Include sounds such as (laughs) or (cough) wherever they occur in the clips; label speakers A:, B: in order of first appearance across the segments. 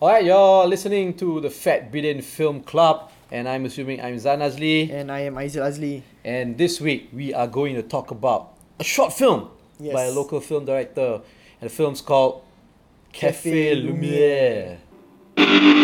A: All right, you're listening to the Fat Brilliant Film Club, and I'm assuming I'm Zan Azli.
B: And I am Aizil Azli.
A: And this week we are going to talk about a short film
B: Yes.
A: by a local film director, and the film's called Café,
B: Café
A: Lumière.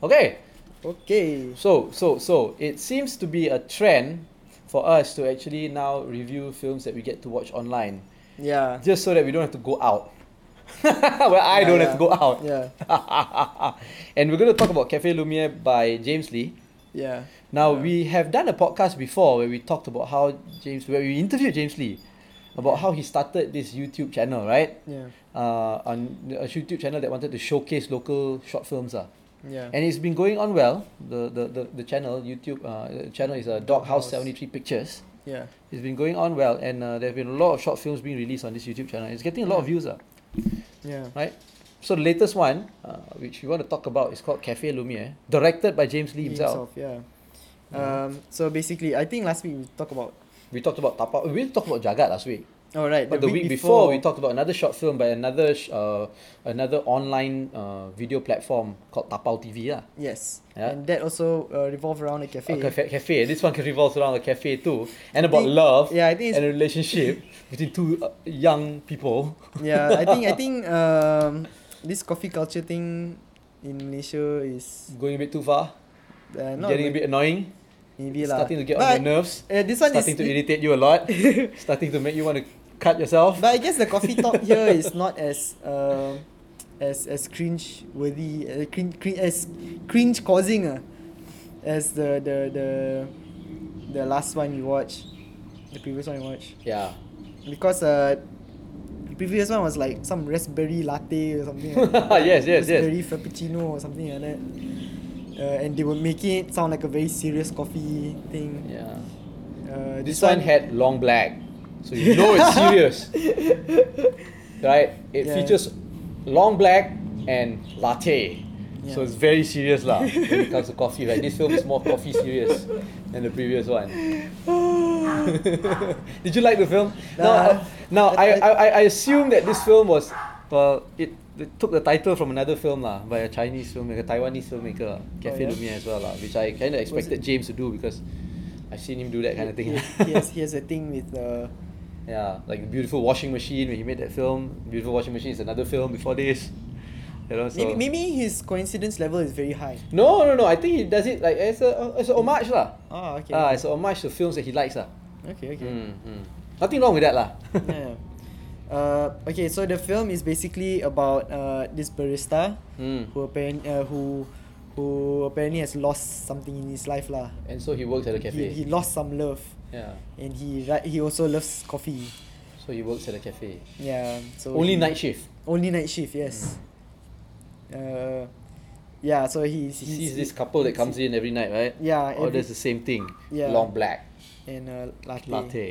A: Okay,
B: Okay.
A: so so so it seems to be a trend for us to actually now review films that we get to watch online,
B: Yeah.
A: just so that we don't have to go out. (laughs) well, I
B: Yeah,
A: don't
B: yeah.
A: have to go out. (laughs)
B: Yeah.
A: and we're going to talk about Café Lumière by James Lee.
B: Yeah.
A: Now we have done a podcast before where we talked about how James, where we interviewed James Lee, about how he started this YouTube channel, right?
B: Yeah.
A: Uh, on a YouTube channel that wanted to showcase local short films, ah.
B: Yeah.
A: And it's been going on well. The the, the, the channel YouTube uh, the channel is a uh, Doghouse
B: Doghouse.
A: Seventy Three Pictures.
B: Yeah.
A: It's been going on well, and uh, there have been a lot of short films being released on this YouTube channel. It's getting a lot of views, ah.
B: Yeah.
A: right? So the latest one, uh, which we want to talk about, is called Café Lumière, directed by James Lee himself.
B: Yeah. Um. So basically, I think last week we talked about.
A: We talked about Tapa. We talked about Jagat last week.
B: All right.
A: But the, week, before, we talked about another short film by another sh- uh, another online uh, video platform called Tapau TV lah.
B: Yes.
A: Yeah.
B: And that also uh, revolved around a
A: A
B: cafe.
A: cafe, cafe. This one revolves around a cafe too, and about
B: think-
A: love
B: Yeah, I think.
A: and (laughs)
B: It's,
A: a
B: (laughs)
A: relationship between two uh, young people.
B: yeah, I think. I think. Um, this coffee culture thing in Malaysia is
A: Going a bit too far,
B: uh, not
A: getting a bit annoying,
B: maybe lah.
A: starting to get
B: But,
A: on your nerves,
B: uh, this one
A: starting
B: is
A: to irritate you a
B: (laughs)
A: lot, starting to make you want to cut yourself.
B: But I guess the coffee talk here is not as um, as as cringe worthy, uh, cringe, cringe, as cringe causing uh, as the the the the last one you watch, the previous one you watch,
A: Yeah.
B: because uh, the previous one was like some raspberry latte or something. Like
A: (laughs) yes, yes, yes.
B: Raspberry frappuccino or something like that. Uh, and they were making it sound like a very serious coffee thing.
A: Yeah.
B: Uh,
A: This one
B: (gasps)
A: had long black, so you know it's
B: (laughs)
A: serious, right? It
B: Yeah.
A: features long black and latte, so
B: Yeah.
A: it's very serious
B: (laughs)
A: lah. When it comes to coffee, right? This film is more coffee serious than the previous one. (laughs) Did you like the film? Now,
B: Nah.
A: uh, now I, I, I- I assume that this film was well, it, it took the title from another film lah by a Chinese filmmaker, Taiwanese filmmaker, Cafe
B: Oh, yeah?
A: Lumiere as well lah, which I kind of expected James to do because I've seen him do that kind of thing.
B: He, he has he has a thing with uh,
A: Yeah, like the beautiful washing machine when he made that film. Beautiful washing machine is another film before this. You know, so
B: Maybe, maybe his coincidence level is very high.
A: no, no, no. I think he does it like as a as a homage lah.
B: Ah, okay.
A: Ah, it's a homage to films that he likes lah.
B: okay, okay.
A: Mm, mm. Nothing wrong with
B: (laughs)
A: that lah.
B: Yeah. Uh, okay, so the film is basically about uh, this barista
A: mm.
B: who apparent, uh, who who apparently has lost something in his life lah.
A: And so he works at a
B: He,
A: cafe.
B: he lost some love,
A: Yeah.
B: and he ri- he also loves coffee.
A: So he works at a cafe.
B: Yeah. So
A: Only
B: he-
A: night shift.
B: Only night shift. Yes. Uh, yeah. So he's,
A: He sees
B: he's
A: this couple that comes Oh, in every night, right?
B: Yeah.
A: Or
B: every-
A: does the same thing.
B: Yeah.
A: Long black
B: and uh, latte.
A: latte.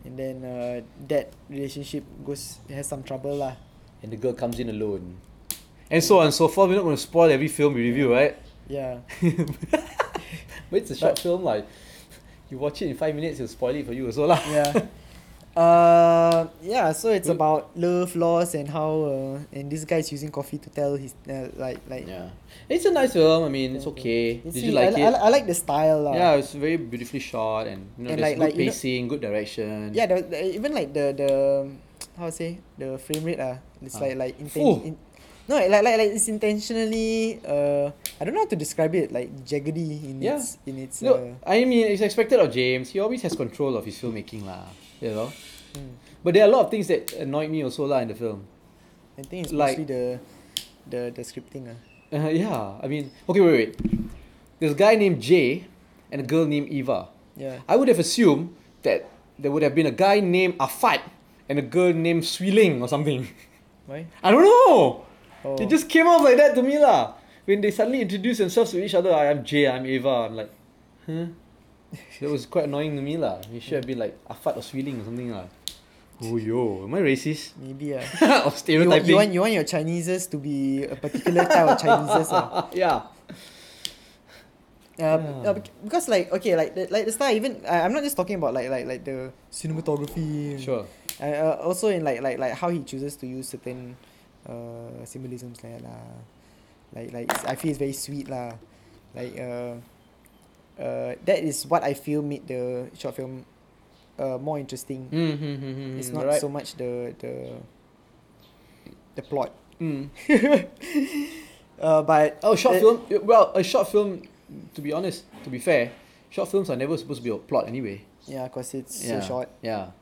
B: And then uh, that relationship goes has some trouble lah.
A: And the girl comes in alone. And so on and so forth. We're not going to spoil every film we review, right? (laughs)
B: Yeah.
A: But it's a short film, like (laughs) you watch it in five minutes, it'll spoil it for you also
B: (laughs)
A: lah.
B: yeah. Uh, yeah. So it's
A: Who-
B: about love, loss, and how uh, and this guy is using coffee to tell his uh, like like.
A: Yeah, it's a nice film. I mean, it's okay.
B: It's
A: Did you like
B: sweet. I,
A: it?
B: I, I like the style lah.
A: yeah, it's very beautifully shot, and you know,
B: And
A: there's
B: like-
A: good
B: like, you know-
A: pacing, good direction.
B: Yeah. The, the, even like the the how to say the frame rate ah. It's
A: Ah.
B: like like
A: Fuh.
B: inten- in, No, like, like like it's intentionally. Uh, I don't know how to describe it. Like jaggedy in
A: Yeah.
B: its in its.
A: Look,
B: uh,
A: I mean, it's expected of James. He always has control of his filmmaking lah. You know,
B: mm.
A: but there are a lot of things that annoyed me also lah in the film.
B: I think it's
A: like-
B: mostly the the the scripting ah.
A: Uh, yeah, I mean, okay, wait, wait. There's a guy named Jay, and a girl named Eva.
B: Yeah.
A: I would have assumed that there would have been a guy named Afat and a girl named Swiling or something.
B: Why?
A: I don't know.
B: Oh.
A: It just came off like that to me lah. When they suddenly introduce themselves to each other, I am Jay, I'm Ava. I'm like, huh? That was quite annoying to me lah. You should have been like Afat or Sweeling or something lah. Oh yo, am I
B: (laughs)
A: racist?
B: maybe
A: or
B: ah. You,
A: (laughs)
B: want-
A: stereotyping?
B: you want you want your Chineses to be a particular type of
A: (laughs)
B: Chineses ah.
A: yeah.
B: Uh,
A: Yeah.
B: uh, bec- because like okay like the, like the style even I, I'm not just talking about like like like the cinematography and-
A: Sure.
B: uh, uh, also in like like like how he chooses to use certain uh, symbolisms like that lah like like it's, I feel it's very sweet lah like uh, uh, that is what I feel made the short film uh, more interesting
A: Mm, mm, mm, mm,
B: it's
A: mm,
B: not
A: right.
B: so much the the the plot
A: Mm.
B: uh, but
A: Oh, short
B: it-
A: film. Well, a short film. To be honest, to be fair, short films are never supposed to be a plot anyway.
B: yeah cause it's
A: yeah.
B: so short
A: Yeah.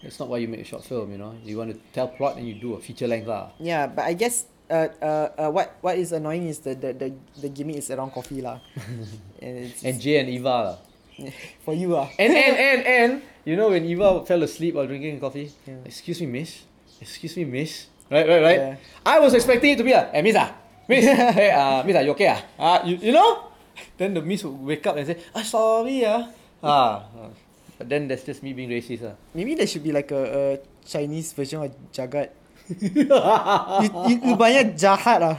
A: That's not why you make a short film, you know. You want to tell plot and you do a feature length lah.
B: Yeah, but I guess uh, uh, uh, what what is annoying is the the, the, the gimmick is around coffee lah. and it's,
A: And Jay and Eva lah.
B: for you ah.
A: And and and and you know when Eva fell asleep while drinking coffee,
B: Yeah.
A: excuse me, miss. Excuse me, miss. Right, right, right.
B: Yeah.
A: I was expecting it to be like, hey, miss ah,
B: (laughs)
A: miss, hey, uh, miss ah, you okay ah? Uh, you, you know? Then the miss would wake up and say, ah, sorry ah. Ah. ah. But then that's just me being racist ah.
B: Maybe there should be like a, a Chinese version of jagat. you, you, you banyak jahat ah.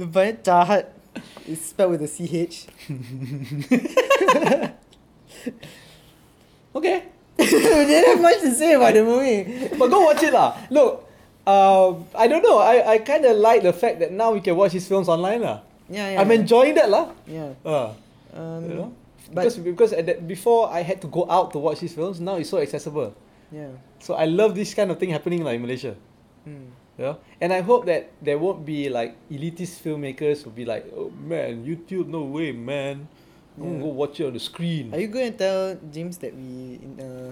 B: you banyak jahat. It's spelled with a ch.
A: Okay.
B: didn't have much to say about the movie.
A: but go watch it lah. Look, um, I don't know. I, I kind of like the fact that now we can watch his films online lah.
B: Yeah, yeah.
A: I'm enjoying that lah.
B: Yeah.
A: Uh,
B: Um,
A: you know,
B: but
A: because because at that, before I had to go out to watch his films. Now it's so accessible.
B: yeah.
A: So I love this kind of thing happening like in Malaysia.
B: Hmm.
A: Yeah, and I hope that there won't be like elitist filmmakers who be like, oh man, YouTube, no way, man. I'm gonna
B: Yeah.
A: go watch it on the screen.
B: Are you going to tell James that we in- uh,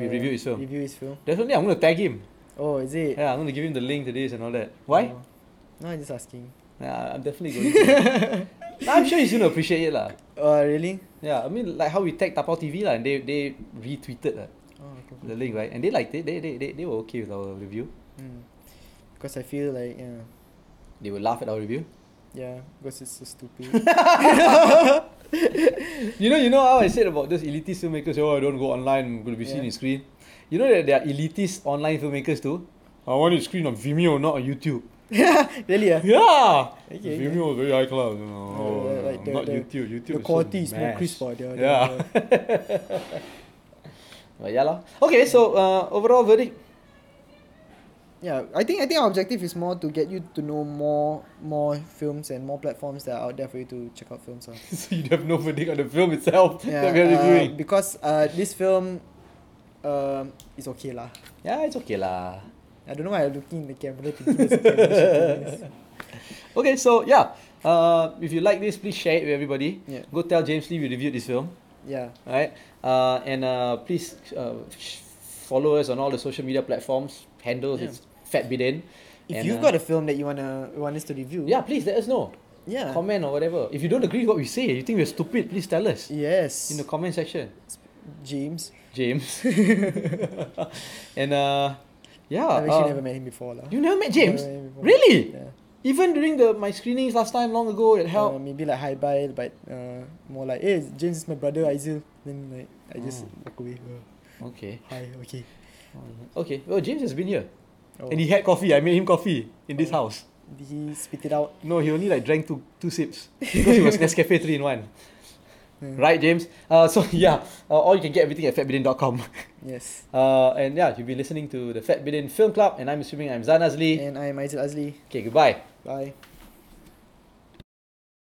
A: We review his film.
B: Review his film.
A: Definitely, I'm gonna tag him.
B: Oh, is it?
A: Yeah, I'm gonna give him the link to this and all that. Why?
B: Oh. No, I'm just asking.
A: Nah, I'm definitely
B: (laughs)
A: going. to. Nah, I'm sure he's gonna appreciate it lah.
B: Oh, really?
A: Yeah, I mean like how we tag Tapao TV lah, and they they retweeted lah,
B: Oh, cool.
A: the link right, and they liked it. They they, they they were okay with our review.
B: Mm. Because I feel like yeah,
A: They would laugh at our review.
B: yeah, because it's so stupid.
A: (laughs) You know, you know how I said about those elitist filmmakers. Oh, I don't go online. I'm gonna be seen in
B: Yeah.
A: screen. You know that there are elitist online filmmakers too. I want it screen on Vimeo, not on YouTube.
B: really? Yeah.
A: Yeah,
B: Okay,
A: Vimeo very high cloud. You know.
B: Oh,
A: Oh,
B: like the-
A: not
B: the-
A: YouTube. YouTube
B: the quality
A: so
B: is more
A: mass.
B: crisp ah, the- the-
A: yeah. But yeah lah. Okay, so uh, overall verdict. (laughs)
B: Yeah, I think I think our objective is more to get you to know more more films and more platforms that are out there for you to check out
A: (laughs)
B: films on.
A: so you have no verdict on the film itself
B: Yeah,
A: that we are
B: uh,
A: reviewing.
B: because uh, this film, um, is okay lah.
A: yeah, it's okay lah.
B: I don't know why I'm looking in the camera thinking it's okay, I should do
A: (laughs)
B: this.
A: Okay, so yeah, uh, if you like this, please share it with everybody.
B: Yeah.
A: Go tell James Lee we reviewed this film.
B: Yeah.
A: Alright, uh, and uh, please uh, sh- follow us on all the social media platforms. Handles
B: Yeah.
A: it's Fat Bidin. And,
B: If you've
A: uh,
B: got a film that you wanna want us to review,
A: yeah, please let us know.
B: yeah,
A: Comment or whatever. If you don't agree with what we say, you think we're stupid, please tell us
B: yes,
A: in the comment section.
B: James.
A: James. (laughs) and uh, yeah,
B: I've actually
A: uh,
B: never met him before lah.
A: you never met James.
B: Never met him before.
A: Really?
B: Yeah.
A: Even during the my screenings last time, long ago at
B: Uh,
A: Help.
B: maybe like hi bye, but uh, more like, hey, James is my brother, Aizil. Then like, I just
A: Oh.
B: walk away. Uh,
A: okay.
B: hi, okay.
A: Okay. Well, James has been here,
B: Oh.
A: and he had coffee. I made him coffee in this
B: Oh.
A: house.
B: Did he spit it out?
A: No, he only like drank two two sips because it was Nescafe three in one.
B: Yeah.
A: Right, James. Uh, so (laughs) yeah, uh, or you can get everything at fatbidin.com.
B: Yes.
A: Uh, and yeah, you'll be listening to the Fat Bidin Film Club, and I'm assuming I'm Zanazli.
B: And I'm Aizil Azli.
A: Okay, goodbye.
B: Bye.